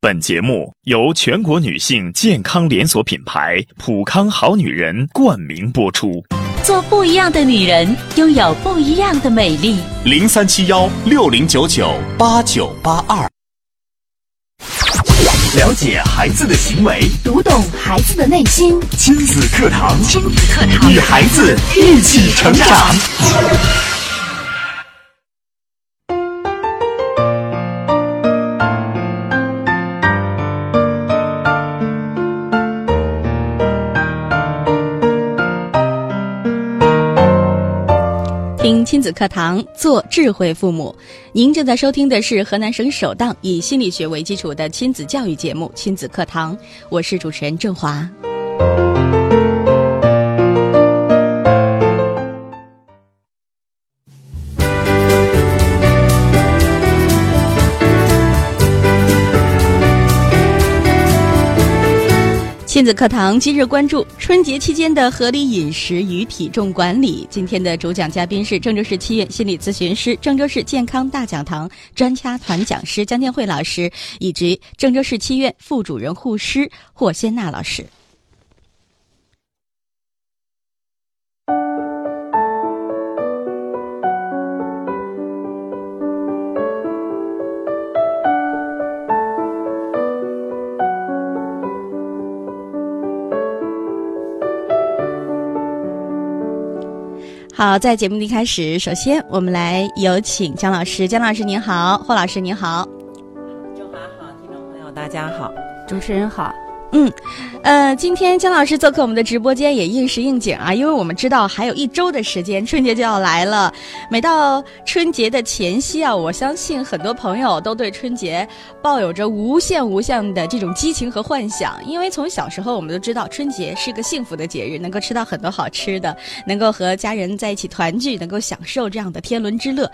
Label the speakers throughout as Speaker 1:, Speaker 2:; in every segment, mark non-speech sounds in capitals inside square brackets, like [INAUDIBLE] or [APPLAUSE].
Speaker 1: 本节目由全国女性健康连锁品牌普康好女人冠名播出，
Speaker 2: 做不一样的女人，拥有不一样的美丽。
Speaker 3: 零三七幺六零九九八九八二。
Speaker 1: 了解孩子的行为，
Speaker 4: 读懂孩子的内心，
Speaker 3: 亲子课堂，
Speaker 4: 亲子课堂
Speaker 3: 与孩子一起成长。
Speaker 5: 听亲子课堂，做智慧父母。您正在收听的是河南省首档以心理学为基础的亲子教育节目《亲子课堂》，我是主持人郑华。亲子课堂今日关注春节期间的合理饮食与体重管理。今天的主讲嘉宾是郑州市七院心理咨询师、郑州市健康大讲堂专家团讲师姜建慧老师，以及郑州市七院副主任护师霍先娜老师。好，在节目的一开始，首先我们来有请姜老师。姜老师您好，霍老师您好。
Speaker 6: 中华好，听众朋友大家好。
Speaker 7: 主持人好，
Speaker 5: 呃，今天姜老师做客我们的直播间也应时应景啊，因为我们知道还有一周的时间，春节就要来了。每到春节的前夕啊，我相信很多朋友都对春节抱有着无限无限的这种激情和幻想，因为从小时候我们都知道春节是个幸福的节日，能够吃到很多好吃的，能够和家人在一起团聚，能够享受这样的天伦之乐。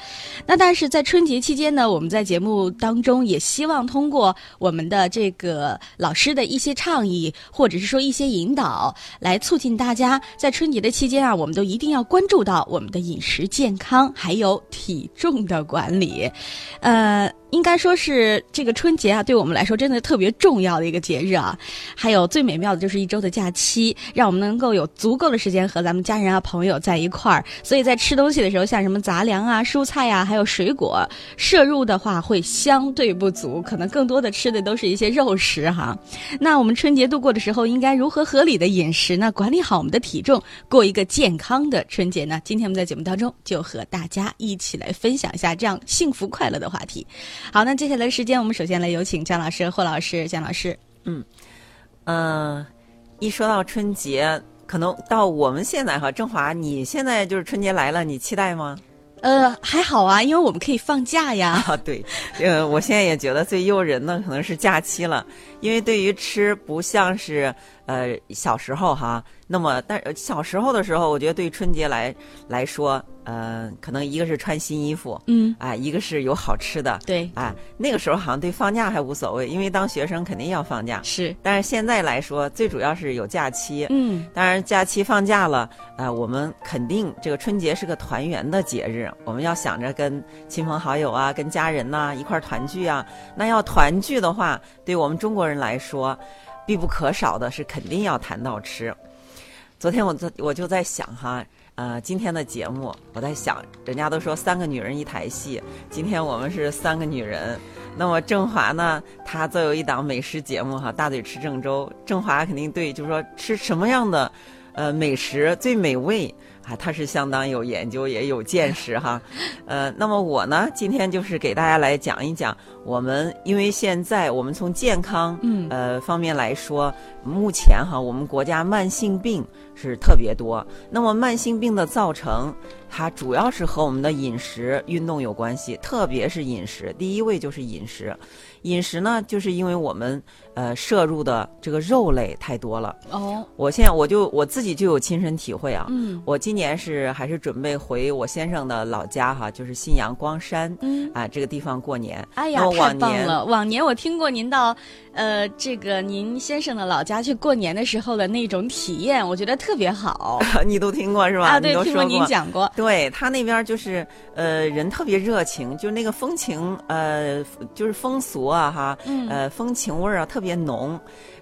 Speaker 5: 那但是在春节期间呢，我们在节目当中也希望通过我们的这个老师的一些倡议，或者是说一些引导，来促进大家在春节的期间啊，我们都一定要关注到我们的饮食健康，还有体重的管理。呃，应该说是这个春节啊，对我们来说真的特别重要的一个节日啊。还有最美妙的就是一周的假期，让我们能够有足够的时间和咱们家人啊、朋友在一块儿。所以在吃东西的时候，像什么杂粮啊、蔬菜啊，还有水果摄入的话，会相对不足，可能更多的吃的都是一些肉食哈。那我们春节度过的时候，应该如何合理的饮食呢？管理好我们的体重，过一个健康的春节呢？今天我们在节目当中就和大家一起来分享一下这样幸福快乐的话题。好，那接下来的时间，我们首先来有请姜老师、霍老师、姜老师。
Speaker 6: 嗯，一说到春节，可能到我们现在哈，郑华，你现在就是春节来了，你期待吗？
Speaker 5: 呃，还好啊，因为我们可以放假呀。
Speaker 6: [LAUGHS] 啊，对，呃，我现在也觉得最诱人的可能是假期了，因为对于吃不像是呃小时候哈，那么但呃小时候的时候，我觉得对春节来来说，呃，可能一个是穿新衣服，
Speaker 5: 嗯，
Speaker 6: 啊，一个是有好吃的，
Speaker 5: 对，
Speaker 6: 啊，那个时候好像对放假还无所谓，因为当学生肯定要放假，
Speaker 5: 是，
Speaker 6: 但是现在来说，最主要是有假期。
Speaker 5: 嗯，
Speaker 6: 当然，假期放假了，啊、我们肯定这个春节是个团圆的节日，我们要想着跟亲朋好友啊、跟家人呐、一块儿团聚啊。那要团聚的话，对我们中国人来说，必不可少的是肯定要谈到吃。昨天我在我就在想哈，呃，今天的节目我在想，人家都说三个女人一台戏，今天我们是三个女人。那么郑华呢，她作为一档美食节目哈，《大嘴吃郑州》，郑华肯定对，就是说吃什么样的，呃，美食最美味啊，她是相当有研究，也有见识哈。呃，那么我呢，今天就是给大家来讲一讲，我们因为现在我们从健康
Speaker 5: 嗯
Speaker 6: 呃方面来说，目前哈，我们国家慢性病是特别多。那么慢性病的造成，它主要是和我们的饮食、运动有关系，特别是饮食，第一位就是饮食。饮食呢，就是因为我们呃摄入的这个肉类太多了。
Speaker 5: 哦，
Speaker 6: 我现在我就我自己就有亲身体会啊，
Speaker 5: 嗯
Speaker 6: 我今年是还是准备回我先生的老家哈，就是信阳光山
Speaker 5: 嗯，
Speaker 6: 啊这个地方过年。 [LAUGHS]
Speaker 5: 哎呀
Speaker 6: 那，我
Speaker 5: 太
Speaker 6: 往
Speaker 5: 棒
Speaker 6: 年
Speaker 5: 了！往年我听过您到，呃，这个您先生的老家去过年的时候的那种体验，我觉得特别好
Speaker 6: 你都听哦过是吧？
Speaker 5: 啊。
Speaker 6: 你
Speaker 5: 对，
Speaker 6: 都
Speaker 5: 听
Speaker 6: 说
Speaker 5: 您
Speaker 6: 过。
Speaker 5: 讲过，
Speaker 6: 对他那边就是呃人特别热情，就那个风情呃就是风俗啊哈，
Speaker 5: 嗯
Speaker 6: 呃风情味儿啊特别浓，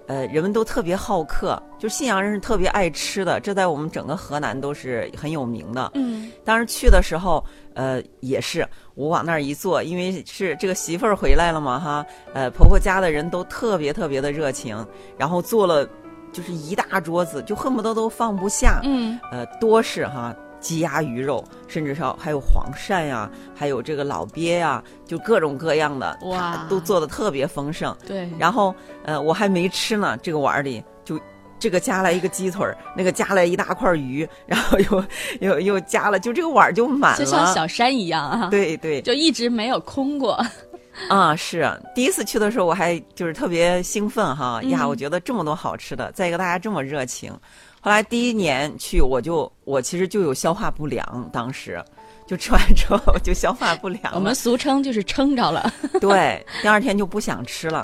Speaker 6: 呃人们都特别好客，就信阳人是特别爱吃的，这在我们整个河南都是很有名的。
Speaker 5: 嗯，
Speaker 6: 当时去的时候，呃，也是我往那儿一坐，因为是这个媳妇儿回来了嘛，哈，呃，婆婆家的人都特别特别的热情，然后做了就是一大桌子，就恨不得都放不下，
Speaker 5: 嗯，
Speaker 6: 呃，多是哈。鸡鸭鱼肉，甚至说还有黄鳝呀、还有这个老鳖呀、就各种各样的，
Speaker 5: 哇
Speaker 6: 它都做的特别丰盛。
Speaker 5: 对，
Speaker 6: 然后呃，我还没吃呢，这个碗儿里就这个加来一个鸡腿儿，那个加来一大块鱼，然后又又 [LAUGHS] 又加了，就这个碗儿就满
Speaker 5: 就
Speaker 6: 了。
Speaker 5: 像小山一样啊，，
Speaker 6: 对对
Speaker 5: 就一直没有空过，
Speaker 6: 啊，是第一次去的时候，我还就是特别兴奋哈、呀，
Speaker 5: 嗯
Speaker 6: 我觉得这么多好吃的，再一个大家这么热情。后来第一年去，我就我其实就有消化不良，当时就吃完之后就消化不良了。
Speaker 5: 我们俗称就是撑着了，
Speaker 6: [LAUGHS] 对，第二天就不想吃了。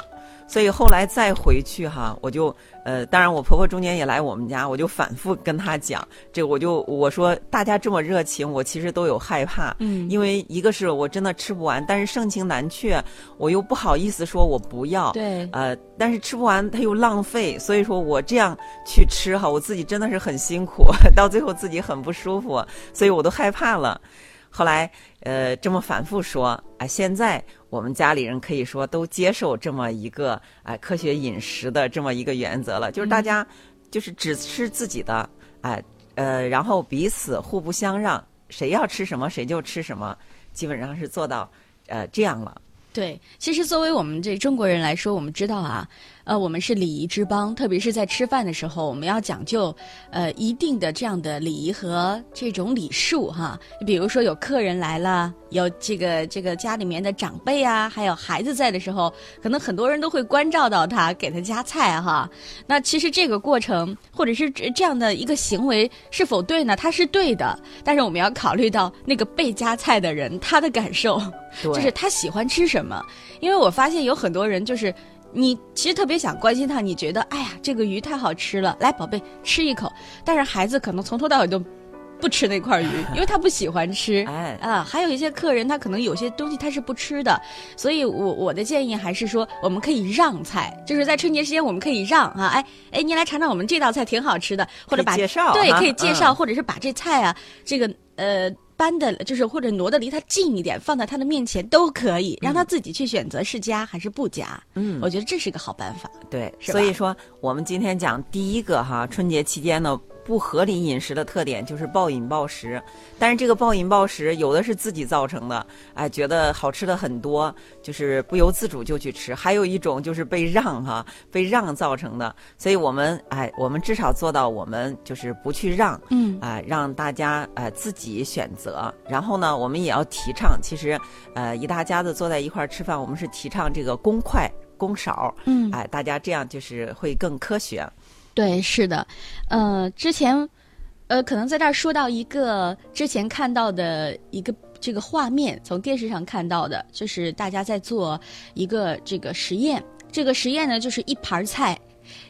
Speaker 6: 所以后来再回去哈，我就呃，当然我婆婆中间也来我们家，我就反复跟她讲，这个我就我说大家这么热情，我其实都有害怕，
Speaker 5: 嗯
Speaker 6: 因为一个是我真的吃不完，但是盛情难却，我又不好意思说我不要，
Speaker 5: 对，
Speaker 6: 呃，但是吃不完它又浪费，所以说我这样去吃哈，我自己真的是很辛苦， [LAUGHS] 到最后自己很不舒服，所以我都害怕了。后来，呃，这么反复说，啊，现在我们家里人可以说都接受这么一个啊、科学饮食的这么一个原则了，就是大家
Speaker 5: 嗯
Speaker 6: 就是只吃自己的，哎、呃，然后彼此互不相让，谁要吃什么谁就吃什么，基本上是做到呃这样了。
Speaker 5: 对，其实作为我们这中国人来说，我们知道啊，呃，我们是礼仪之邦，特别是在吃饭的时候，我们要讲究呃一定的这样的礼仪和这种礼数哈。比如说有客人来了，有这个这个家里面的长辈啊，还有孩子在的时候，可能很多人都会关照到他，给他夹菜哈。那其实这个过程或者是这这样的一个行为是否对呢？它是对的，但是我们要考虑到那个被夹菜的人他的感受。
Speaker 6: 对，
Speaker 5: 就是他喜欢吃什么。因为我发现有很多人就是。你其实特别想关心他，你觉得哎呀，这个鱼太好吃了，来宝贝吃一口。但是孩子可能从头到尾都不吃那块鱼，因为他不喜欢吃。
Speaker 6: 哎，
Speaker 5: 啊，还有一些客人他可能有些东西他是不吃的，所以我我的建议还是说，我们可以让菜，就是在春节时间我们可以让啊，哎哎，您来尝尝我们这道菜挺好吃的，或者把
Speaker 6: 可以介绍
Speaker 5: 对
Speaker 6: 哈
Speaker 5: 可以介绍，
Speaker 6: 嗯
Speaker 5: 或者是把这菜啊这个呃。搬的就是或者挪的离他近一点，放在他的面前都可以，让他自己去选择是加还是不加。
Speaker 6: 嗯
Speaker 5: 我觉得这是一个好办法。
Speaker 6: 对，
Speaker 5: 是
Speaker 6: 所以
Speaker 5: 吧
Speaker 6: 说我们今天讲第一个哈，春节期间呢不合理饮食的特点就是暴饮暴食，但是这个暴饮暴食有的是自己造成的，哎，觉得好吃的很多，就是不由自主就去吃；还有一种就是被让哈、被让造成的，所以我们哎，我们至少做到我们就是不去让，
Speaker 5: 嗯
Speaker 6: 啊、让大家呃自己选择。然后呢，我们也要提倡，其实呃一大家子坐在一块儿吃饭，我们是提倡这个公筷公勺，
Speaker 5: 嗯
Speaker 6: 哎、大家这样就是会更科学。
Speaker 5: 对，是的，呃，之前，呃，可能在这儿说到一个之前看到的一个这个画面，从电视上看到的，就是大家在做一个这个实验。这个实验呢，就是一盘儿菜，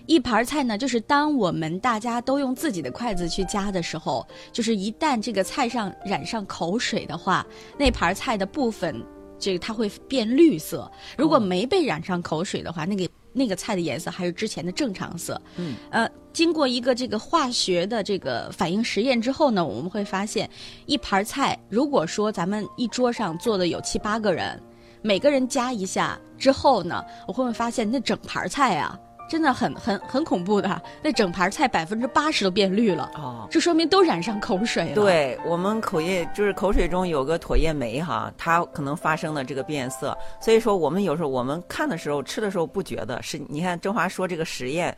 Speaker 5: 一盘儿菜呢，就是当我们大家都用自己的筷子去夹的时候，就是一旦这个菜上染上口水的话，那盘儿菜的部分，这个它会变绿色；如果没被染上口水的话，那个那个菜的颜色还是之前的正常色。
Speaker 6: 嗯，
Speaker 5: 呃，经过一个这个化学的这个反应实验之后呢，我们会发现，一盘儿菜，如果说咱们一桌上坐的有七八个人，每个人夹一下之后呢，我会发现那整盘儿菜啊，真的很很很恐怖的，那整盘儿菜百分之八十都变绿了，
Speaker 6: 哦，
Speaker 5: 这说明都染上口水了。，
Speaker 6: 对我们口液就是口水中有个唾液酶哈，它可能发生的这个变色，所以说我们有时候我们看的时候吃的时候不觉得是，你看振华说这个实验。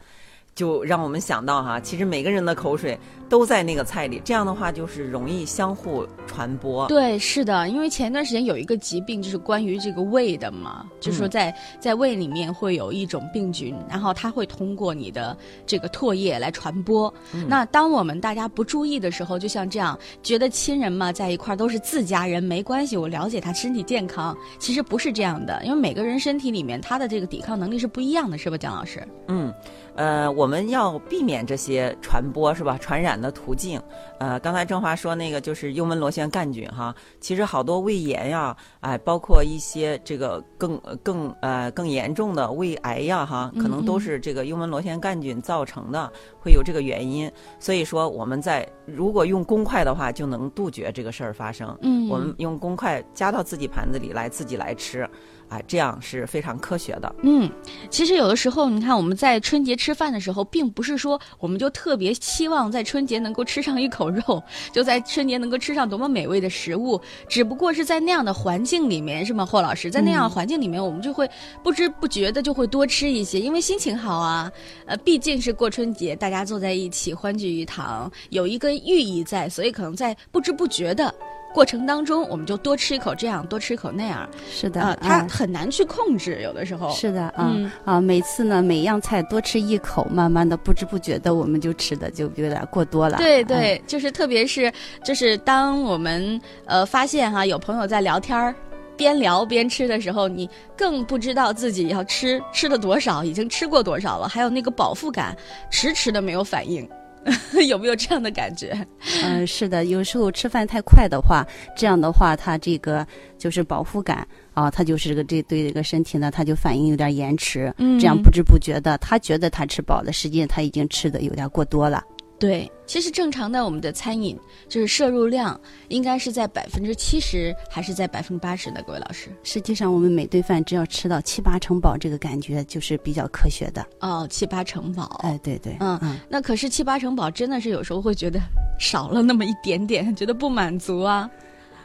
Speaker 6: 就让我们想到哈、其实每个人的口水都在那个菜里，这样的话就是容易相互传播。
Speaker 5: 对，是的，因为前段时间有一个疾病，就是关于这个胃的嘛，就说在、在胃里面会有一种病菌，然后它会通过你的这个唾液来传播。那当我们大家不注意的时候，就像这样，觉得亲人嘛在一块儿都是自家人，没关系，我了解他身体健康。其实不是这样的，因为每个人身体里面他的这个抵抗能力是不一样的，是吧，蒋老师？
Speaker 6: 嗯，呃，我们要避免这些传播是吧？传染的途径。呃，刚才郑华说那个就是幽门螺旋杆菌哈，其实好多胃炎呀，哎，包括一些这个更呃更呃更严重的胃癌呀哈，可
Speaker 5: 嗯
Speaker 6: 能都是这个幽门螺旋杆菌造成的，会有这个原因。所以说我们在如果用公筷的话，就能杜绝这个事儿发生。
Speaker 5: 嗯
Speaker 6: 我们用公筷夹到自己盘子里来，自己来吃，啊，这样是非常科学的。
Speaker 5: 嗯，其实有的时候，你看我们在春节吃饭的时候，并不是说我们就特别期望在春节能够吃上一口肉，就在春节能够吃上多么美味的食物，只不过是在那样的环境里面，是吗，霍老师？在那样的环境里面，我们就会不知不觉的就会多吃一些，因为心情好啊。呃，毕竟是过春节，大家坐在一起欢聚一堂，有一个寓意在，所以可能在不知不觉的。过程当中，我们就多吃一口这样，多吃一口那样，
Speaker 7: 是的
Speaker 5: 啊、它
Speaker 7: 啊
Speaker 5: 很难去控制，有的时候。
Speaker 7: 是的啊、
Speaker 5: 嗯
Speaker 7: 啊，每次呢每样菜多吃一口，慢慢的不知不觉的我们就吃的就有点过多了。
Speaker 5: 对
Speaker 7: 嗯
Speaker 5: 对，就是特别是就是当我们呃发现哈、有朋友在聊天儿。边聊边吃的时候，你更不知道自己要吃吃了多少，已经吃过多少了，还有那个饱腹感，迟迟的没有反应， [LAUGHS] 有没有这样的感觉？
Speaker 7: 嗯，是的，有时候吃饭太快的话，这样的话，它这个就是饱腹感啊，它就是这个这对这个身体呢，它就反应有点延迟，这样
Speaker 5: 嗯
Speaker 7: 不知不觉的，他觉得他吃饱了，实际上他已经吃的有点过多了。
Speaker 5: 对，其实正常的我们的餐饮就是摄入量应该是在百分之七十还是在百分之八十呢？各位老师，
Speaker 7: 实际上，我们每顿饭只要吃到七八成饱，这个感觉就是比较科学的。
Speaker 5: 哦，七八成饱。
Speaker 7: 哎，对对，
Speaker 5: 嗯那可是七八成饱，真的是有时候会觉得少了那么一点点，觉得不满足啊。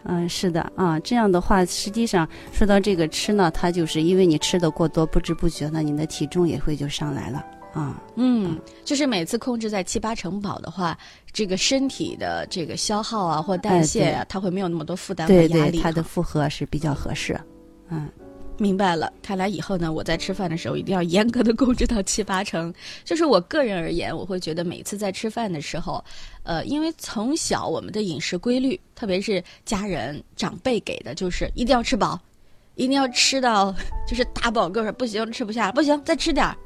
Speaker 7: 嗯，是的啊，这样的话，实际上说到这个吃呢，它就是因为你吃的过多，不知不觉呢，你的体重也会就上来了啊。
Speaker 5: 嗯，就是每次控制在七八成饱的话，这个身体的这个消耗啊或代谢啊，它会没有那么多负担和
Speaker 7: 哎对
Speaker 5: 压
Speaker 7: 对，
Speaker 5: 力哈。
Speaker 7: 它的负荷是比较合适。嗯，
Speaker 5: 明白了，看来以后呢，我在吃饭的时候一定要严格的控制到七八成。就是我个人而言，我会觉得每次在吃饭的时候，呃，因为从小我们的饮食规律，特别是家人长辈给的，就是一定要吃饱，一定要吃到就是大饱个儿，不行吃不下，不行再吃点儿，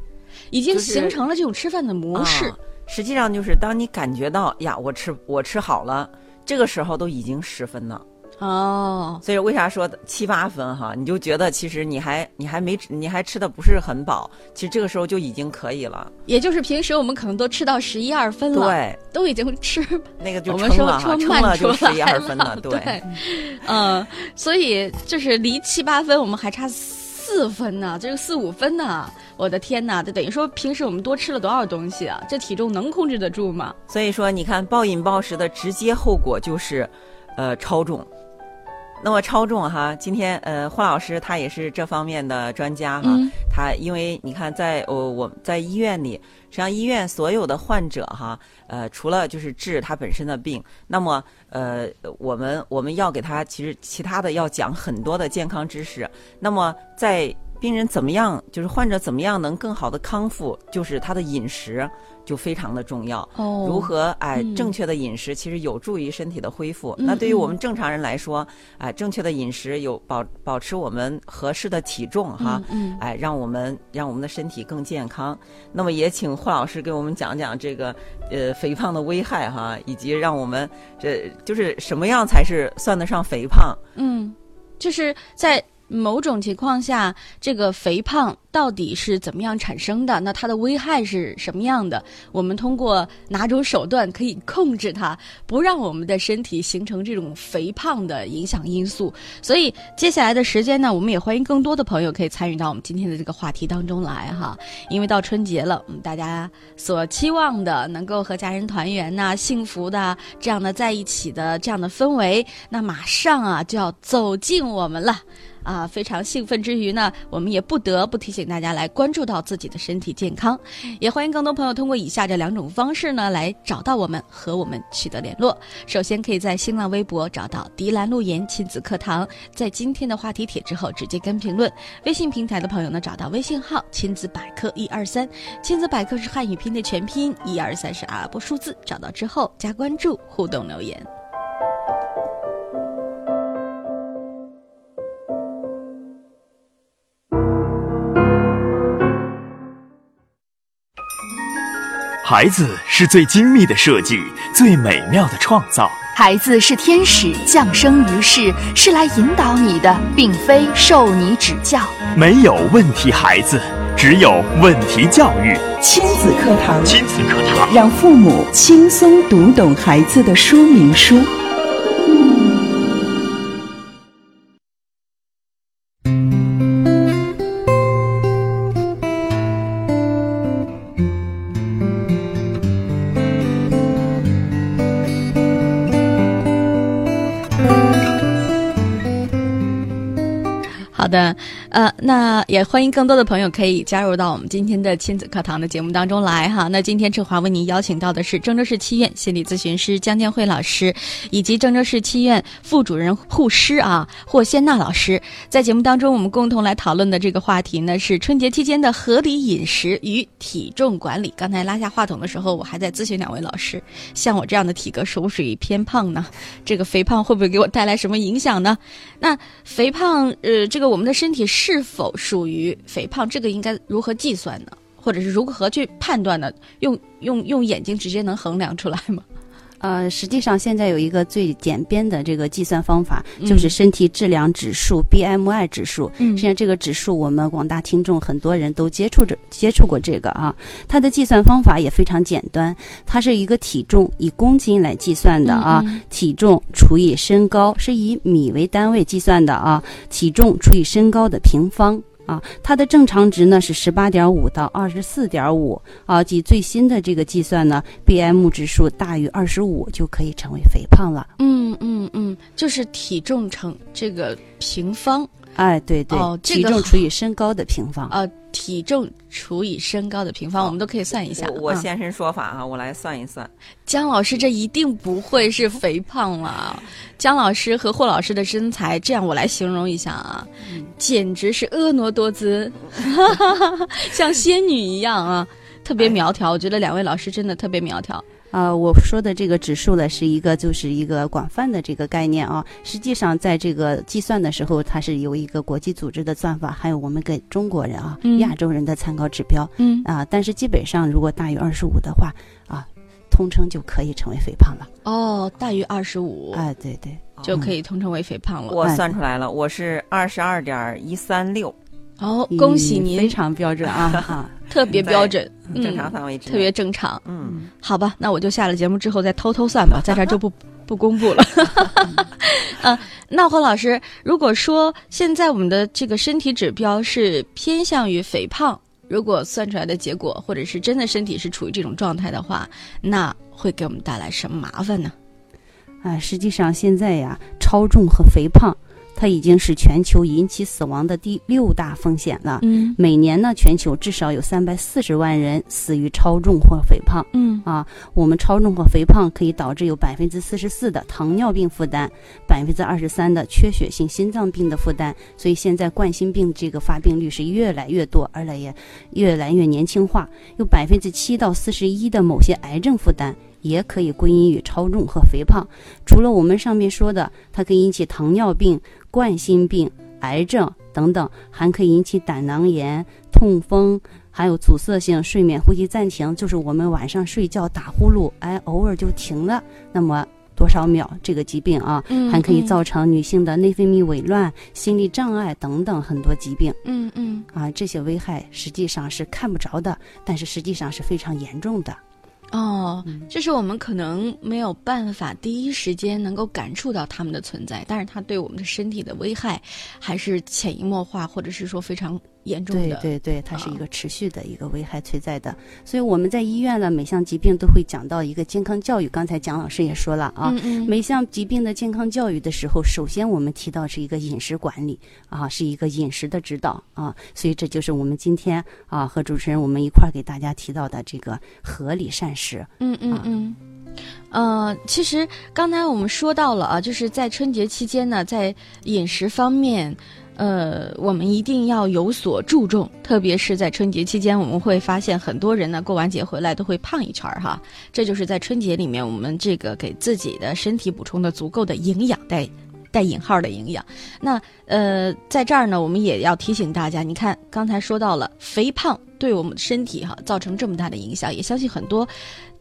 Speaker 5: 已经
Speaker 6: 就是
Speaker 5: 形成了这种吃饭的模式。
Speaker 6: 啊实际上就是当你感觉到呀，我吃我吃好了，这个时候都已经十分了。
Speaker 7: 啊
Speaker 5: 哦，
Speaker 6: 所以为啥说七八分哈？你就觉得其实你还你还没吃你还吃的不是很饱，其实这个时候就已经可以了。
Speaker 5: 也就是平时我们可能都吃到十一二分了，
Speaker 6: 对，
Speaker 5: 都已经吃
Speaker 6: 那个就
Speaker 5: 我们
Speaker 6: 撑
Speaker 5: 说
Speaker 6: 了哈，
Speaker 5: 说
Speaker 6: 撑
Speaker 5: 慢
Speaker 6: 了
Speaker 5: 出
Speaker 6: 就十一
Speaker 5: 来
Speaker 6: 二分了。对，
Speaker 5: 嗯，所以就是离七八分，我们还差四分呢，这个四五分呢，我的天呐，这等于说平时我们多吃了多少东西啊？这体重能控制得住吗？
Speaker 6: 所以说你看暴饮暴食的直接后果就是，呃，超重。那么超重哈，今天呃，霍老师他也是这方面的专家哈。
Speaker 5: 嗯
Speaker 6: 他因为你看在，我我在医院里，实际上医院所有的患者哈，呃，除了就是治他本身的病，那么呃，我们我们要给他其实其他的要讲很多的健康知识。那么在病人怎么样，就是患者怎么样能更好的康复，就是他的饮食就非常的重要。
Speaker 5: 哦
Speaker 6: 如何哎、
Speaker 5: 嗯
Speaker 6: 正确的饮食，其实有助于身体的恢复。
Speaker 5: 嗯
Speaker 6: 那对于我们正常人来说，哎、正确的饮食有保保持我们合适的体重哈，
Speaker 5: 嗯嗯
Speaker 6: 哎，让我们让我们的身体更健康。那么也请霍老师给我们讲讲这个呃肥胖的危害哈，以及让我们这就是什么样才是算得上肥胖？
Speaker 5: 嗯，就是在某种情况下，这个肥胖到底是怎么样产生的？那它的危害是什么样的？我们通过哪种手段可以控制它，不让我们的身体形成这种肥胖的影响因素？所以接下来的时间呢，我们也欢迎更多的朋友可以参与到我们今天的这个话题当中来哈。因为到春节了，嗯，大家所期望的能够和家人团圆呐、幸福的这样的在一起的这样的氛围，那马上啊就要走进我们了。啊，非常兴奋之余呢，我们也不得不提醒大家来关注到自己的身体健康，也欢迎更多朋友通过以下这两种方式呢来找到我们和我们取得联络。首先可以在新浪微博找到“迪兰路言亲子课堂”，在今天的话题帖之后直接跟评论。微信平台的朋友呢，找到微信号“亲子百科一二三”，亲子百科是汉语拼音的全拼，一二三是阿拉伯数字，找到之后加关注，互动留言。
Speaker 1: 孩子是最精密的设计，最美妙的创造。
Speaker 4: 孩子是天使降生于世，是来引导你的，并非受你指教。
Speaker 1: 没有问题孩子，只有问题教育。
Speaker 8: 亲子课堂，
Speaker 1: 亲子课堂，
Speaker 8: 让父母轻松读懂孩子的说明书。
Speaker 5: [LAUGHS] 好的，呃，那也欢迎更多的朋友可以加入到我们今天的亲子课堂的节目当中来哈。那今天志华为您邀请到的是郑州市七院心理咨询师江建慧老师，以及郑州市七院副主任护师啊霍先娜老师。在节目当中，我们共同来讨论的这个话题呢是春节期间的合理饮食与体重管理。刚才拉下话筒的时候，我还在咨询两位老师，像我这样的体格属不属于偏胖呢？这个肥胖会不会给我带来什么影响呢？那肥胖，呃，这个我们的身体是否属于肥胖，这个应该如何计算呢？或者是如何去判断呢？用用用眼睛直接能衡量出来吗？
Speaker 7: 呃，实际上现在有一个最简便的这个计算方法，
Speaker 5: 嗯
Speaker 7: 就是身体质量指数 （BMI 指数）。
Speaker 5: 嗯
Speaker 7: 实际上这个指数，我们广大听众很多人都接触着接触过这个啊。它的计算方法也非常简单，它是一个体重以公斤来计算的啊，
Speaker 5: 嗯
Speaker 7: 体重除以身高是以米为单位计算的啊，体重除以身高的平方。啊，它的正常值呢是十八点五到二十四点五啊，及最新的这个计算呢，BM 指数大于二十五就可以成为肥胖了。
Speaker 5: 嗯嗯嗯，就是体重乘这个平方，
Speaker 7: 哎，对对，
Speaker 5: 哦这
Speaker 7: 体
Speaker 5: 个
Speaker 7: 重除以身高的平方。
Speaker 5: 呃，体重除以身高的平方，我们都可以算一下。
Speaker 6: 我我
Speaker 5: 嗯
Speaker 6: 现身说法啊，我来算一算。
Speaker 5: 姜老师这一定不会是肥胖了。姜老师和霍老师的身材，这样我来形容一下啊，简直是婀娜多姿， [LAUGHS] 像仙女一样啊，特别苗条。我觉得两位老师真的特别苗条。
Speaker 7: 啊，我说的这个指数呢，是一个就是一个广泛的这个概念啊。实际上，在这个计算的时候，它是由一个国际组织的算法，还有我们给中国人啊、
Speaker 5: 嗯
Speaker 7: 亚洲人的参考指标
Speaker 5: 嗯，
Speaker 7: 啊。但是基本上，如果大于二十五的话啊，通称就可以成为肥胖了。
Speaker 5: 哦，大于二十五
Speaker 7: 哎，对对，
Speaker 5: 就可以通称为肥胖了。
Speaker 6: 我算出来了，我是二十二点一三六，
Speaker 5: 哦，恭喜
Speaker 7: 嗯非
Speaker 5: 您，
Speaker 7: 常标准 [LAUGHS] 啊啊！
Speaker 5: 特别标准，嗯
Speaker 6: 正常范围之内。
Speaker 5: 特别正常。
Speaker 6: 嗯，
Speaker 5: 好吧，那我就下了节目之后再偷偷算吧，在这儿就 [LAUGHS] 不不公布了。呃，那霍老师，如果说现在我们的这个身体指标是偏向于肥胖，如果算出来的结果，或者是真的身体是处于这种状态的话，那会给我们带来什么麻烦呢？
Speaker 7: 啊，实际上现在呀，超重和肥胖，它已经是全球引起死亡的第六大风险了。
Speaker 5: 嗯
Speaker 7: 每年呢，全球至少有三百四十万人死于超重或肥胖。
Speaker 5: 嗯
Speaker 7: 啊，我们超重和肥胖可以导致有百分之四十四的糖尿病负担，百分之二十三的缺血性心脏病的负担。所以现在冠心病这个发病率是越来越多，而且也越来越年轻化。有百分之七到四十一的某些癌症负担。也可以归因于超重和肥胖。除了我们上面说的，它可以引起糖尿病、冠心病、癌症等等，还可以引起胆囊炎、痛风，还有阻塞性睡眠呼吸暂停，就是我们晚上睡觉打呼噜，哎，偶尔就停了，那么多少秒这个疾病啊，
Speaker 5: 嗯
Speaker 7: 还可以造成女性的内分泌紊乱、心理障碍等等很多疾病
Speaker 5: 嗯嗯
Speaker 7: 啊。这些危害实际上是看不着的，但是实际上是非常严重的。
Speaker 5: 哦，
Speaker 7: 嗯
Speaker 5: 这是我们可能没有办法第一时间能够感触到它们的存在，但是它对我们的身体的危害还是潜移默化，或者是说非常严重
Speaker 7: 对
Speaker 5: 的。
Speaker 7: 对对，它是
Speaker 5: 啊
Speaker 7: 一个持续的一个危害存在的。所以我们在医院呢，每项疾病都会讲到一个健康教育。刚才蒋老师也说了啊，
Speaker 5: 嗯嗯，
Speaker 7: 每项疾病的健康教育的时候，首先我们提到是一个饮食管理啊，是一个饮食的指导啊，所以这就是我们今天啊和主持人我们一块儿给大家提到的这个合理膳食。
Speaker 5: 嗯嗯
Speaker 7: 啊
Speaker 5: 嗯。呃，其实刚才我们说到了啊，就是在春节期间呢，在饮食方面，呃，我们一定要有所注重，特别是在春节期间，我们会发现很多人呢，过完节回来都会胖一圈儿哈。这就是在春节里面，我们这个给自己的身体补充的足够的营养，带带引号的营养。那呃，在这儿呢，我们也要提醒大家，你看刚才说到了肥胖对我们的身体哈、造成这么大的影响，也相信很多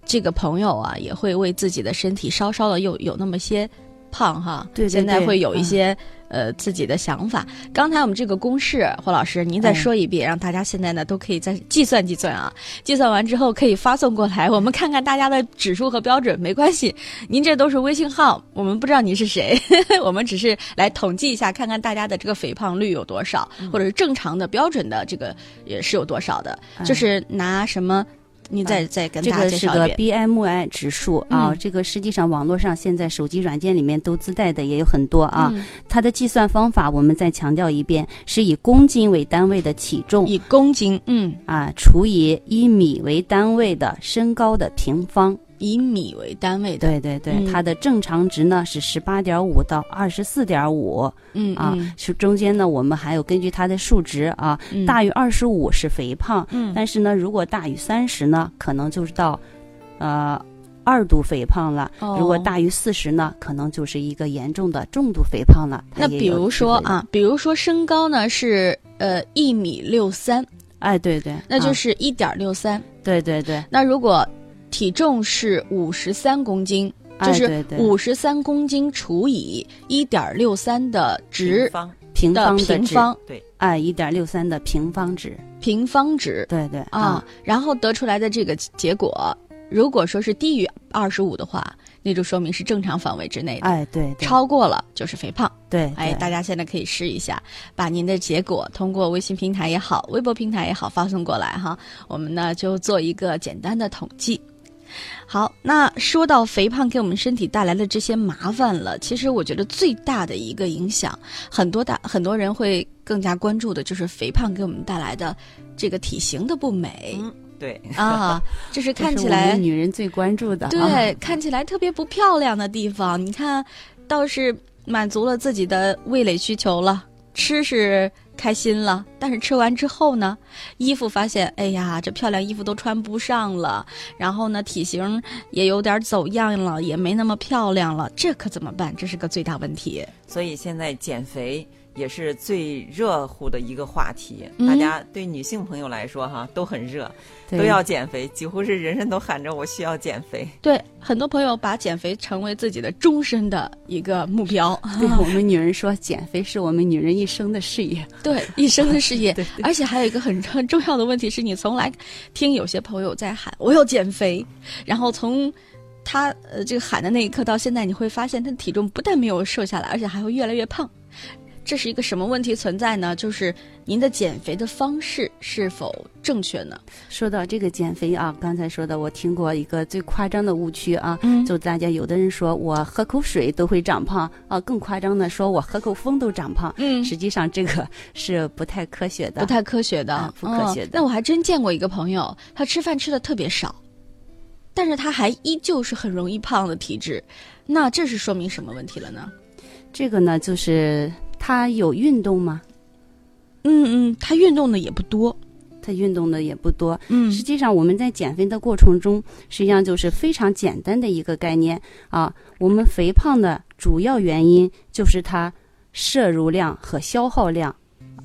Speaker 5: 这个朋友啊，也会为自己的身体稍稍的有有那么些胖哈，
Speaker 7: 对对
Speaker 5: 现在
Speaker 7: 对
Speaker 5: 会有一
Speaker 7: 嗯
Speaker 5: 些、呃自己的想法。刚才我们这个公式，霍老师您再
Speaker 7: 哎
Speaker 5: 说一遍，让大家现在呢都可以再计算计算啊，计算完之后可以发送过来，我们看看大家的指数和标准，没关系，您这都是微信号，我们不知道你是谁， [LAUGHS] 我们只是来统计一下，看看大家的这个肥胖率有多少，或者是正常的标准的这个也是有多少的，就
Speaker 7: 哎
Speaker 5: 是拿什么，你再、再跟
Speaker 7: 嗯这
Speaker 5: 大家
Speaker 7: 个
Speaker 5: 介
Speaker 7: 是
Speaker 5: 绍一
Speaker 7: 个
Speaker 5: 遍。
Speaker 7: BMI 指数啊，
Speaker 5: 嗯
Speaker 7: 这个实际上网络上现在手机软件里面都自带的也有很多啊。
Speaker 5: 嗯
Speaker 7: 它的计算方法我们再强调一遍，是以公斤为单位的体重
Speaker 5: 以公斤，嗯，
Speaker 7: 啊除以一米为单位的身高的平方。
Speaker 5: 以米为单位的，
Speaker 7: 对对对，
Speaker 5: 嗯
Speaker 7: 它的正常值呢是十八点五到二十四点五
Speaker 5: 嗯
Speaker 7: 啊，是中间呢我们还有根据它的数值啊，
Speaker 5: 嗯
Speaker 7: 大于二十五是肥胖，
Speaker 5: 嗯
Speaker 7: 但是呢如果大于三十呢，可能就是到呃二度肥胖了。如果
Speaker 5: 哦
Speaker 7: 大于四十呢，可能就是一个严重的重度肥胖了。它
Speaker 5: 那
Speaker 7: 也
Speaker 5: 比
Speaker 7: 有
Speaker 5: 如
Speaker 7: 区
Speaker 5: 说
Speaker 7: 别的，
Speaker 5: 啊，比如说身高呢是呃一米六三，
Speaker 7: 哎，对对，
Speaker 5: 那就
Speaker 7: 啊
Speaker 5: 是一点六三。
Speaker 7: 对对对，
Speaker 5: 那如果体重是五十三公斤，就
Speaker 7: 哎
Speaker 5: 是
Speaker 7: 对对
Speaker 5: 五十三公斤除以一点六三的值
Speaker 6: 平方
Speaker 7: 平
Speaker 5: 的
Speaker 7: 方的
Speaker 5: 平
Speaker 7: 值，
Speaker 5: 方
Speaker 7: 哎，一点六三的平方值，
Speaker 5: 平方值
Speaker 7: 对对
Speaker 5: 啊，，然后得出来的这个结果，如果说是低于二十五的话，那就说明是正常范围之内的。
Speaker 7: 哎，对对，
Speaker 5: 超过了就是肥胖，
Speaker 7: 对，
Speaker 5: 哎，
Speaker 7: 对
Speaker 5: 大家现在可以试一下，把您的结果通过微信平台也好，微博平台也好发送过来哈，我们呢就做一个简单的统计。好，那说到肥胖给我们身体带来的这些麻烦了，其实我觉得最大的一个影响，很多大很多人会更加关注的就是肥胖给我们带来的这个体型的不美、
Speaker 6: 嗯对，
Speaker 5: 啊，就是
Speaker 7: 这
Speaker 5: 看
Speaker 7: 是
Speaker 5: 起
Speaker 7: 我们
Speaker 5: 来
Speaker 7: 女人最关注 [LAUGHS] 的，啊
Speaker 5: 对，，看起来特别不漂亮的地方，你看，倒是满足了自己的味蕾需求了，吃是开心了，但是吃完之后呢，衣服发现，哎呀，这漂亮衣服都穿不上了，然后呢，体型也有点走样了，也没那么漂亮了，这可怎么办？这是个最大问题。
Speaker 6: 所以现在减肥也是最热乎的一个话题，
Speaker 5: 嗯
Speaker 6: 大家对女性朋友来说哈都很热，
Speaker 7: 对
Speaker 6: 都要减肥，几乎是人人都喊着我需要减肥。
Speaker 5: 对，很多朋友把减肥成为自己的终身的一个目标，
Speaker 7: 对我们女人说，减肥是我们女人一生的事业，
Speaker 5: [LAUGHS] 对一生的事业，
Speaker 7: [LAUGHS] 对对
Speaker 5: 而且还有一个很很重要的问题是你从来听有些朋友在喊我要减肥，然后从他呃这个喊的那一刻到现在，你会发现他的体重不但没有瘦下来，而且还会越来越胖。这是一个什么问题存在呢？就是您的减肥的方式是否正确呢？
Speaker 7: 说到这个减肥啊，刚才说的，我听过一个最夸张的误区啊，
Speaker 5: 嗯
Speaker 7: 就大家有的人说我喝口水都会长胖啊，更夸张的说我喝口风都长胖，
Speaker 5: 嗯
Speaker 7: 实际上这个 [LAUGHS] 是不太科学的，
Speaker 5: 不太科学的，
Speaker 7: 啊不科学的
Speaker 5: 嗯那我还真见过一个朋友，他吃饭吃的特别少，但是他还依旧是很容易胖的体质，那这是说明什么问题了呢？
Speaker 7: 这个呢，就是他有运动吗？
Speaker 5: 嗯嗯，他运动的也不多，
Speaker 7: 他运动的也不多，
Speaker 5: 嗯
Speaker 7: 实际上我们在减肥的过程中，实际上就是非常简单的一个概念啊。我们肥胖的主要原因就是它摄入量和消耗量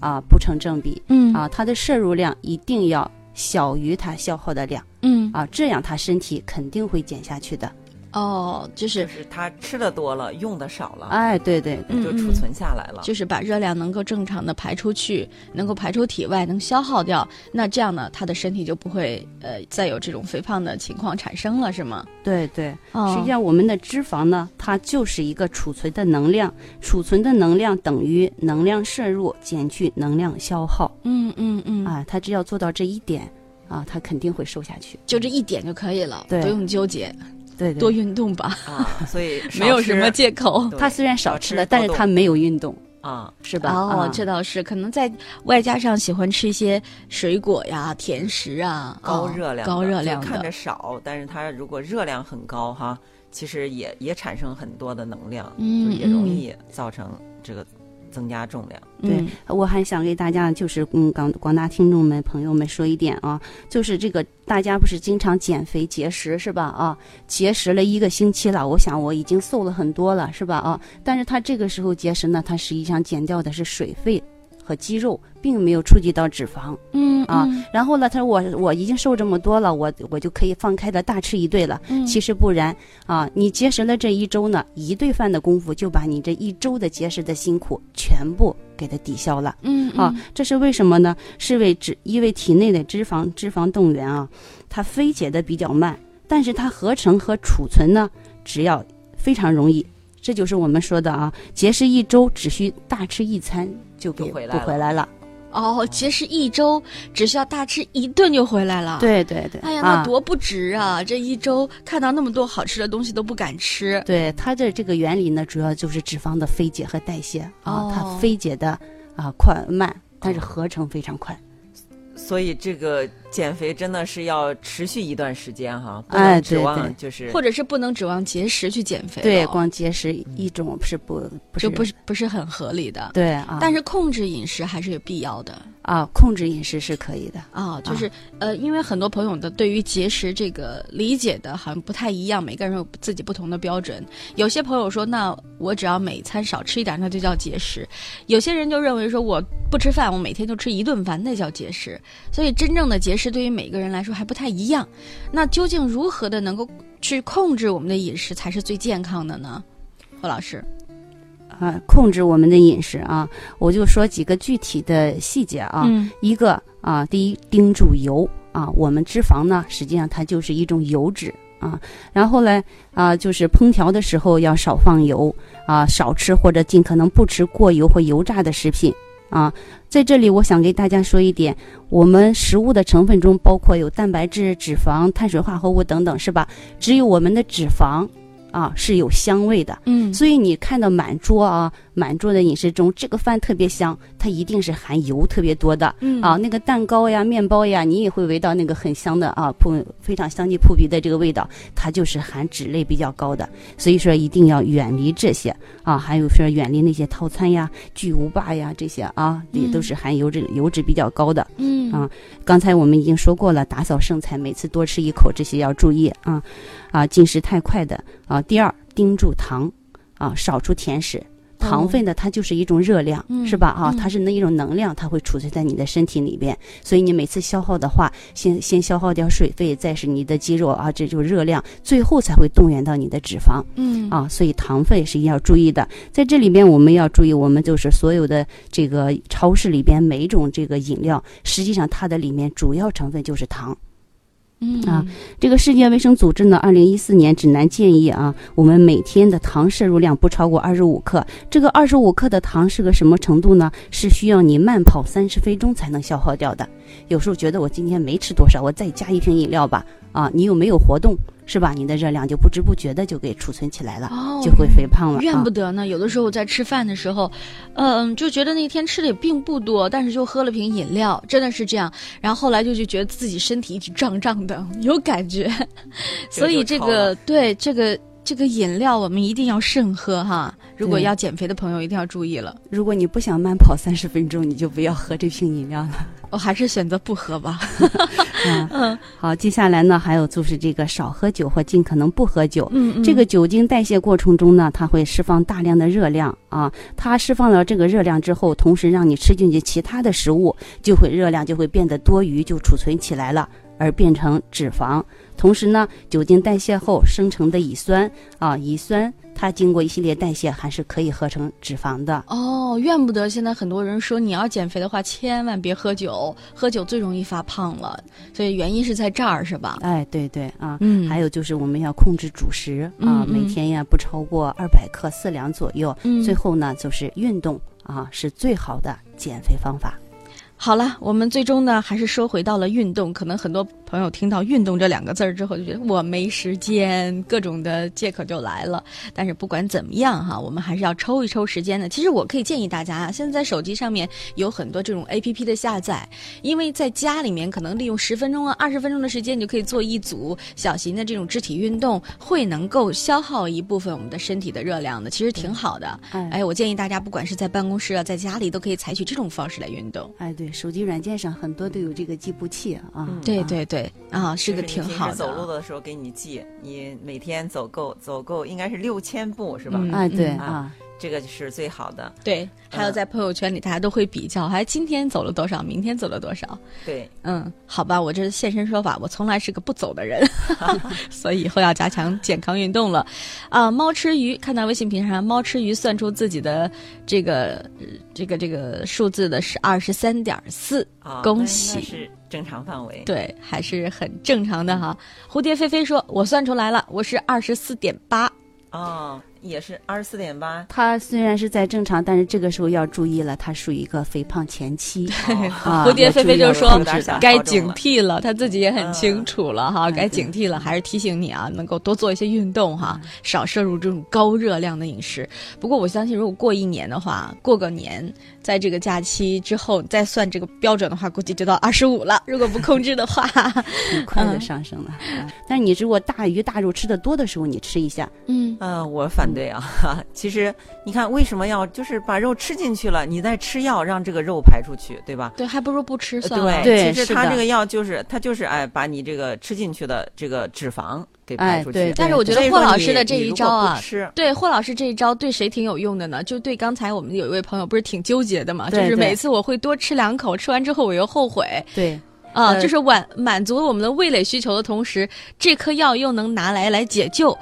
Speaker 7: 啊不成正比。
Speaker 5: 嗯
Speaker 7: 啊，它的摄入量一定要小于它消耗的量
Speaker 5: 嗯
Speaker 7: 啊，这样它身体肯定会减下去的。
Speaker 5: 哦，就是
Speaker 6: 就是他吃的多了，用的少了，
Speaker 7: 哎，对对，
Speaker 5: 嗯
Speaker 6: 就储存下来了。
Speaker 5: 就是把热量能够正常的排出去，能够排出体外，能消耗掉。那这样呢，他的身体就不会呃再有这种肥胖的情况产生了，是吗？
Speaker 7: 对对。
Speaker 5: 哦
Speaker 7: 实际上，我们的脂肪呢，它就是一个储存的能量，储存的能量等于能量摄入减去能量消耗
Speaker 5: 嗯嗯嗯，
Speaker 7: 啊。它只要做到这一点啊，它肯定会瘦下去。
Speaker 5: 就这一点就可以了，不
Speaker 7: 对
Speaker 5: 用纠结，
Speaker 7: 对
Speaker 5: 多
Speaker 7: 对。
Speaker 5: 运动吧，
Speaker 6: 啊，所以少
Speaker 5: [LAUGHS]
Speaker 6: 吃
Speaker 5: 没有什么借口。
Speaker 6: 对
Speaker 7: 它虽然少吃了，
Speaker 6: 多
Speaker 7: 但是
Speaker 6: 动
Speaker 7: 它没有运动，
Speaker 6: 啊，
Speaker 7: 是吧？
Speaker 5: 哦
Speaker 7: 啊，
Speaker 5: 这倒是，可能在外加上喜欢吃一些水果呀、甜食啊，
Speaker 6: 高
Speaker 5: 哦
Speaker 6: 热量的、
Speaker 5: 高热量
Speaker 6: 就看着
Speaker 5: 的，
Speaker 6: 少，但是它如果热量很高哈，其实也也产生很多的能量，
Speaker 5: 嗯
Speaker 6: 就也容易造成这个增加重量。
Speaker 7: 对
Speaker 5: 嗯，
Speaker 7: 我还想给大家就是嗯广广大听众们朋友们说一点啊，就是这个大家不是经常减肥节食是吧啊？节食了一个星期了，我想我已经瘦了很多了是吧啊？但是他这个时候节食呢，他实际上减掉的是水分和肌肉，并没有触及到脂肪。
Speaker 5: 嗯
Speaker 7: 啊，然后呢，他说我我已经瘦这么多了，我我就可以放开的大吃一顿了。
Speaker 5: 实
Speaker 7: 其实不然啊，你节食了这一周呢，一顿饭的功夫就把你这一周的节食的辛苦全部给它抵消了。
Speaker 5: 嗯
Speaker 7: 啊，这是为什么呢？是为脂，因为体内的脂肪脂肪动员啊，它分解的比较慢，但是它合成和储存呢，只要非常容易。这就是我们说的啊，节食一周只需大吃一餐就给
Speaker 6: 就回来
Speaker 7: 不
Speaker 6: 了
Speaker 7: 回来了。
Speaker 5: 哦，节食一周只需要大吃一顿就回来了，。
Speaker 7: 对对对，
Speaker 5: 哎呀，
Speaker 7: 啊
Speaker 5: 那多不值啊！这一周看到那么多好吃的东西都不敢吃。
Speaker 7: 对它的这个原理呢，主要就是脂肪的分解和代谢啊，
Speaker 5: 哦
Speaker 7: 它分解的啊快慢，但是合成非常快。
Speaker 5: 哦
Speaker 6: 所以这个减肥真的是要持续一段时间哈，不
Speaker 7: 哎
Speaker 6: 能
Speaker 7: 对
Speaker 6: 指望
Speaker 7: 对
Speaker 6: 就是
Speaker 5: 或者是不能指望节食去减肥了，
Speaker 7: 对，光节食一种是不不
Speaker 5: 嗯
Speaker 7: 是
Speaker 5: 就不是不是很合理的。
Speaker 7: 对啊，
Speaker 5: 但是控制饮食还是有必要的
Speaker 7: 啊控制饮食是可以的。
Speaker 5: 啊、就是、呃，因为很多朋友的对于节食这个理解的好像不太一样，每个人有自己不同的标准。有些朋友说，那我只要每餐少吃一点，那就叫节食；有些人就认为说，我不吃饭，我每天就吃一顿饭，那叫节食。所以，真正的节食对于每个人来说还不太一样。那究竟如何的能够去控制我们的饮食才是最健康的呢？霍老师，
Speaker 7: 啊，控制我们的饮食啊，我就说几个具体的细节啊。
Speaker 5: 嗯
Speaker 7: 一个啊，第一，盯住油啊，我们脂肪呢，实际上它就是一种油脂啊。然后呢，啊，就是烹调的时候要少放油啊，少吃或者尽可能不吃过油或油炸的食品啊。在这里，我想给大家说一点，我们食物的成分中包括有蛋白质、脂肪、碳水化合物等等，是吧？只有我们的脂肪啊是有香味的。
Speaker 5: 嗯
Speaker 7: 所以你看到满桌啊，满桌的饮食中，这个饭特别香，它一定是含油特别多的、
Speaker 5: 嗯
Speaker 7: 啊。那个蛋糕呀、面包呀，你也会闻到那个很香的啊，扑非常香气扑鼻的这个味道，它就是含脂类比较高的。所以说一定要远离这些啊，还有说远离那些套餐呀、巨无霸呀这些啊，也都是含油脂油脂比较高的。
Speaker 5: 嗯
Speaker 7: 啊刚才我们已经说过了，打扫剩菜，每次多吃一口，这些要注意啊啊，进食太快的啊。第二，盯住糖啊，少出甜食。糖分呢，它就是一种热量，
Speaker 5: 嗯
Speaker 7: 是吧？啊
Speaker 5: 嗯，
Speaker 7: 它是那一种能量，它会储存在你的身体里边。所以你每次消耗的话，先先消耗掉水分，再是你的肌肉啊，这就是热量，最后才会动员到你的脂肪。
Speaker 5: 嗯
Speaker 7: 啊，所以糖分是要注意的。在这里边，我们要注意，我们就是所有的这个超市里边每一种这个饮料，实际上它的里面主要成分就是糖。
Speaker 5: 嗯
Speaker 7: 啊这个世界卫生组织呢，二零一四年指南建议啊，我们每天的糖摄入量不超过二十五克。这个二十五克的糖是个什么程度呢？是需要你慢跑三十分钟才能消耗掉的。有时候觉得我今天没吃多少，我再加一瓶饮料吧。啊，你又没有活动，是吧？你的热量就不知不觉的就给储存起来了。
Speaker 5: 哦
Speaker 7: 就会肥胖了、啊。
Speaker 5: 怨不得呢。有的时候在吃饭的时候，嗯，就觉得那天吃的也并不多，但是就喝了瓶饮料，真的是这样。然后后来就就觉得自己身体一直胀胀的，有感觉。 [LAUGHS] 所以这
Speaker 6: 就超
Speaker 5: 个
Speaker 6: 了
Speaker 5: 对这个这个饮料，我们一定要慎喝哈。如果
Speaker 7: 对
Speaker 5: 要减肥的朋友，一定要注意了。
Speaker 7: 如果你不想慢跑三十分钟，你就不要喝这瓶饮料了。
Speaker 5: 我还是选择不喝吧。 [LAUGHS]
Speaker 7: 嗯，好，接下来呢，还有就是这个少喝酒或尽可能不喝
Speaker 5: [LAUGHS]
Speaker 7: 酒。
Speaker 5: 嗯
Speaker 7: 这个酒精代谢过程中呢，它会释放大量的热量啊，它释放了这个热量之后，同时让你吃进去其他的食物，就会热量就会变得多余，就储存起来了。而变成脂肪。同时呢，酒精代谢后生成的乙酸啊，乙酸它经过一系列代谢还是可以合成脂肪的。
Speaker 5: 哦，怨不得现在很多人说你要减肥的话，千万别喝酒，喝酒最容易发胖了。所以原因是在这儿，是吧？
Speaker 7: 哎，对对啊，
Speaker 5: 嗯
Speaker 7: 还有就是我们要控制主食
Speaker 5: 嗯
Speaker 7: 啊，每
Speaker 5: 嗯
Speaker 7: 天呀不超过二百克四两左右。
Speaker 5: 嗯
Speaker 7: 最后呢，就是运动啊，是最好的减肥方法。
Speaker 5: 好了，我们最终呢还是说回到了运动。可能很多朋友听到“运动”这两个字儿之后，就觉得我没时间，各种的借口就来了。但是不管怎么样哈，我们还是要抽一抽时间的。其实我可以建议大家啊，现在在手机上面有很多这种 A P P 的下载，因为在家里面可能利用十分钟啊、二十分钟的时间，你就可以做一组小型的这种肢体运动，会能够消耗一部分我们的身体的热量的，其实挺好的。
Speaker 7: 哎
Speaker 5: 哎，我建议大家不管是在办公室啊，在家里都可以采取这种方式来运动。
Speaker 7: 哎，对，手机软件上很多都有这个计步器啊。
Speaker 6: 嗯
Speaker 5: 对
Speaker 7: 啊
Speaker 5: 对对，啊，是
Speaker 6: 就
Speaker 5: 个
Speaker 6: 你
Speaker 5: 挺
Speaker 6: 平时
Speaker 5: 好的。
Speaker 6: 走路的时候给你记，你每天走够走够应该是六千步是吧？
Speaker 5: 嗯
Speaker 7: 哎，对
Speaker 5: 嗯
Speaker 7: 啊，
Speaker 6: 这个是最好的。
Speaker 5: 对，还有
Speaker 6: 嗯
Speaker 5: 在朋友圈里，大家都会比较，还今天走了多少，明天走了多少。
Speaker 6: 对，
Speaker 5: 嗯，好吧，我这是现身说法，我从来是个不走的
Speaker 6: [LAUGHS]
Speaker 5: 人，所以以后要加强健康运动了。啊，猫吃鱼，看到微信平台上猫吃鱼算出自己的这个呃这个这个数字的是二十三点四，
Speaker 6: 啊，
Speaker 5: 恭
Speaker 6: 那那
Speaker 5: 喜
Speaker 6: 是正常范围。
Speaker 5: 对，还是很正常的哈。蝴蝶飞飞说，我算出来了，我是二十四点八。
Speaker 6: 哦，也是二十四点
Speaker 5: [LAUGHS]
Speaker 6: 八。
Speaker 7: 它虽然是在正常，但是这个时候要注意了，它属于一个肥胖前
Speaker 5: [LAUGHS]
Speaker 7: 期。
Speaker 6: 哦
Speaker 7: 啊
Speaker 5: 蝴蝶
Speaker 7: 要
Speaker 5: 飞
Speaker 7: 注
Speaker 5: 飞
Speaker 7: 意
Speaker 5: 就
Speaker 7: 要
Speaker 5: 说
Speaker 7: 控制
Speaker 6: 啊
Speaker 7: 的
Speaker 5: 该警惕了，他自己也
Speaker 6: 嗯
Speaker 5: 很清楚了哈，
Speaker 7: 嗯
Speaker 5: 该警惕了，还是提醒你啊，能够多做一些运动哈，
Speaker 6: 嗯
Speaker 5: 少摄入这种高热量的饮食。不过我相信，如果过一年的话，过个年，在这个假期之后你再算这个标准的话，估计就到二十五了。如果不控制的话， [LAUGHS]
Speaker 7: 很快的
Speaker 5: 嗯
Speaker 7: 上升了。啊但是你如果大鱼大肉吃的多的时候，你吃一下，
Speaker 5: 嗯，
Speaker 6: 呃，我反对啊！ [LAUGHS] 其实你看，为什么要就是把肉吃进去了，你再吃药让这个肉排出去，对吧？呃
Speaker 5: 对，还不如不吃算了。
Speaker 6: 对，
Speaker 7: 对
Speaker 6: 其
Speaker 7: 是
Speaker 6: 实它
Speaker 7: 的
Speaker 6: 这个药就是它就是哎，把你这个吃进去的这个脂肪给排
Speaker 7: 哎
Speaker 6: 出去。
Speaker 7: 对对
Speaker 5: 但是我觉得
Speaker 6: 所以
Speaker 5: 霍
Speaker 6: 说
Speaker 5: 老
Speaker 6: 你
Speaker 5: 师的这
Speaker 6: 你
Speaker 5: 一
Speaker 6: 如果
Speaker 5: 招
Speaker 6: 不
Speaker 5: 啊，
Speaker 6: 吃
Speaker 5: 对霍老师这一招对谁挺有用的呢？就对刚才我们有一位朋友不是挺纠结的嘛，就
Speaker 7: 对
Speaker 5: 是
Speaker 7: 对
Speaker 5: 每次我会多吃两口，吃完之后我又后悔
Speaker 7: 对，
Speaker 5: 啊，
Speaker 7: 呃
Speaker 5: 就是满满足我们的味蕾需求的同时，这颗药又能拿来来解救。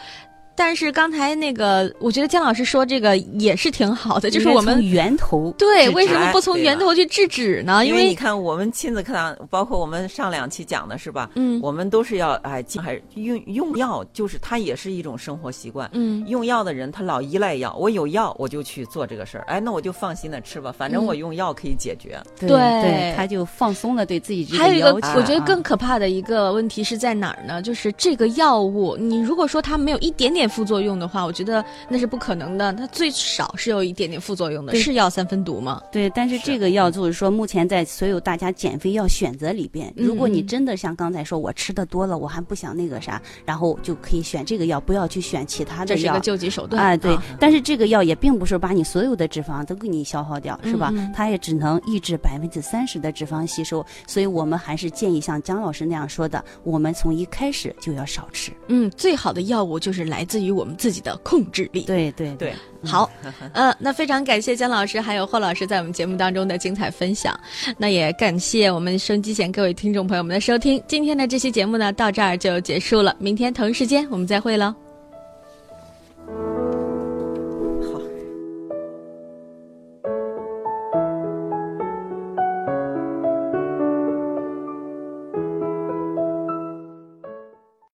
Speaker 5: 但是刚才那个，我觉得姜老师说这个也是挺好的，就是我
Speaker 7: 应该
Speaker 5: 们
Speaker 7: 从源头
Speaker 5: 对
Speaker 7: 制止
Speaker 5: 为什么不从
Speaker 6: 对
Speaker 5: 源
Speaker 6: 了
Speaker 5: 头去制止呢？
Speaker 6: 因
Speaker 5: 啊为
Speaker 6: 你看，我们亲子课堂，包括我们上两期讲的是吧？
Speaker 5: 嗯
Speaker 6: 我们都是要哎，尽还用用药，就是它也是一种生活习惯。
Speaker 5: 嗯
Speaker 6: 用药的人他老依赖药，我有药我就去做这个事儿，哎，那我就放心的吃吧，反正
Speaker 5: 嗯
Speaker 6: 我用药可以解决。
Speaker 7: 对
Speaker 5: 对
Speaker 7: 他就放松了对自己这
Speaker 5: 还有一个
Speaker 7: 要求，
Speaker 5: 我觉得更
Speaker 7: 啊
Speaker 5: 可怕的一个问题是在哪儿呢？就是这个药物，你如果说它没有一点点副作用的话，我觉得那是不可能的。它最少是有一点点副作用的，
Speaker 7: 对
Speaker 5: 是药三分毒吗？
Speaker 7: 对，但是这个药就是说，目前在所有大家减肥药选择里边，如果你
Speaker 5: 嗯嗯
Speaker 7: 真的像刚才说，我吃的多了，我还不想那个啥，然后就可以选这个药，不要去选其他的
Speaker 5: 这是一
Speaker 7: 药
Speaker 5: 个。救济手段。
Speaker 7: 哎，对
Speaker 5: 啊，
Speaker 7: 但是这个药也并不是把你所有的脂肪都给你消耗掉，是吧
Speaker 5: 嗯嗯？
Speaker 7: 它也只能抑制百分之三十的脂肪吸收，所以我们还是建议像姜老师那样说的，我们从一开始就要少吃。
Speaker 5: 嗯，最好的药物就是来自于我们自己的控制力。
Speaker 7: 对对
Speaker 6: 对，
Speaker 5: 好，呃，那非常感谢姜老师还有霍老师在我们节目当中的精彩分享，那也感谢我们收音机前各位听众朋友们的收听。今天的这期节目呢，到这儿就结束了，明天同一时间我们再会喽，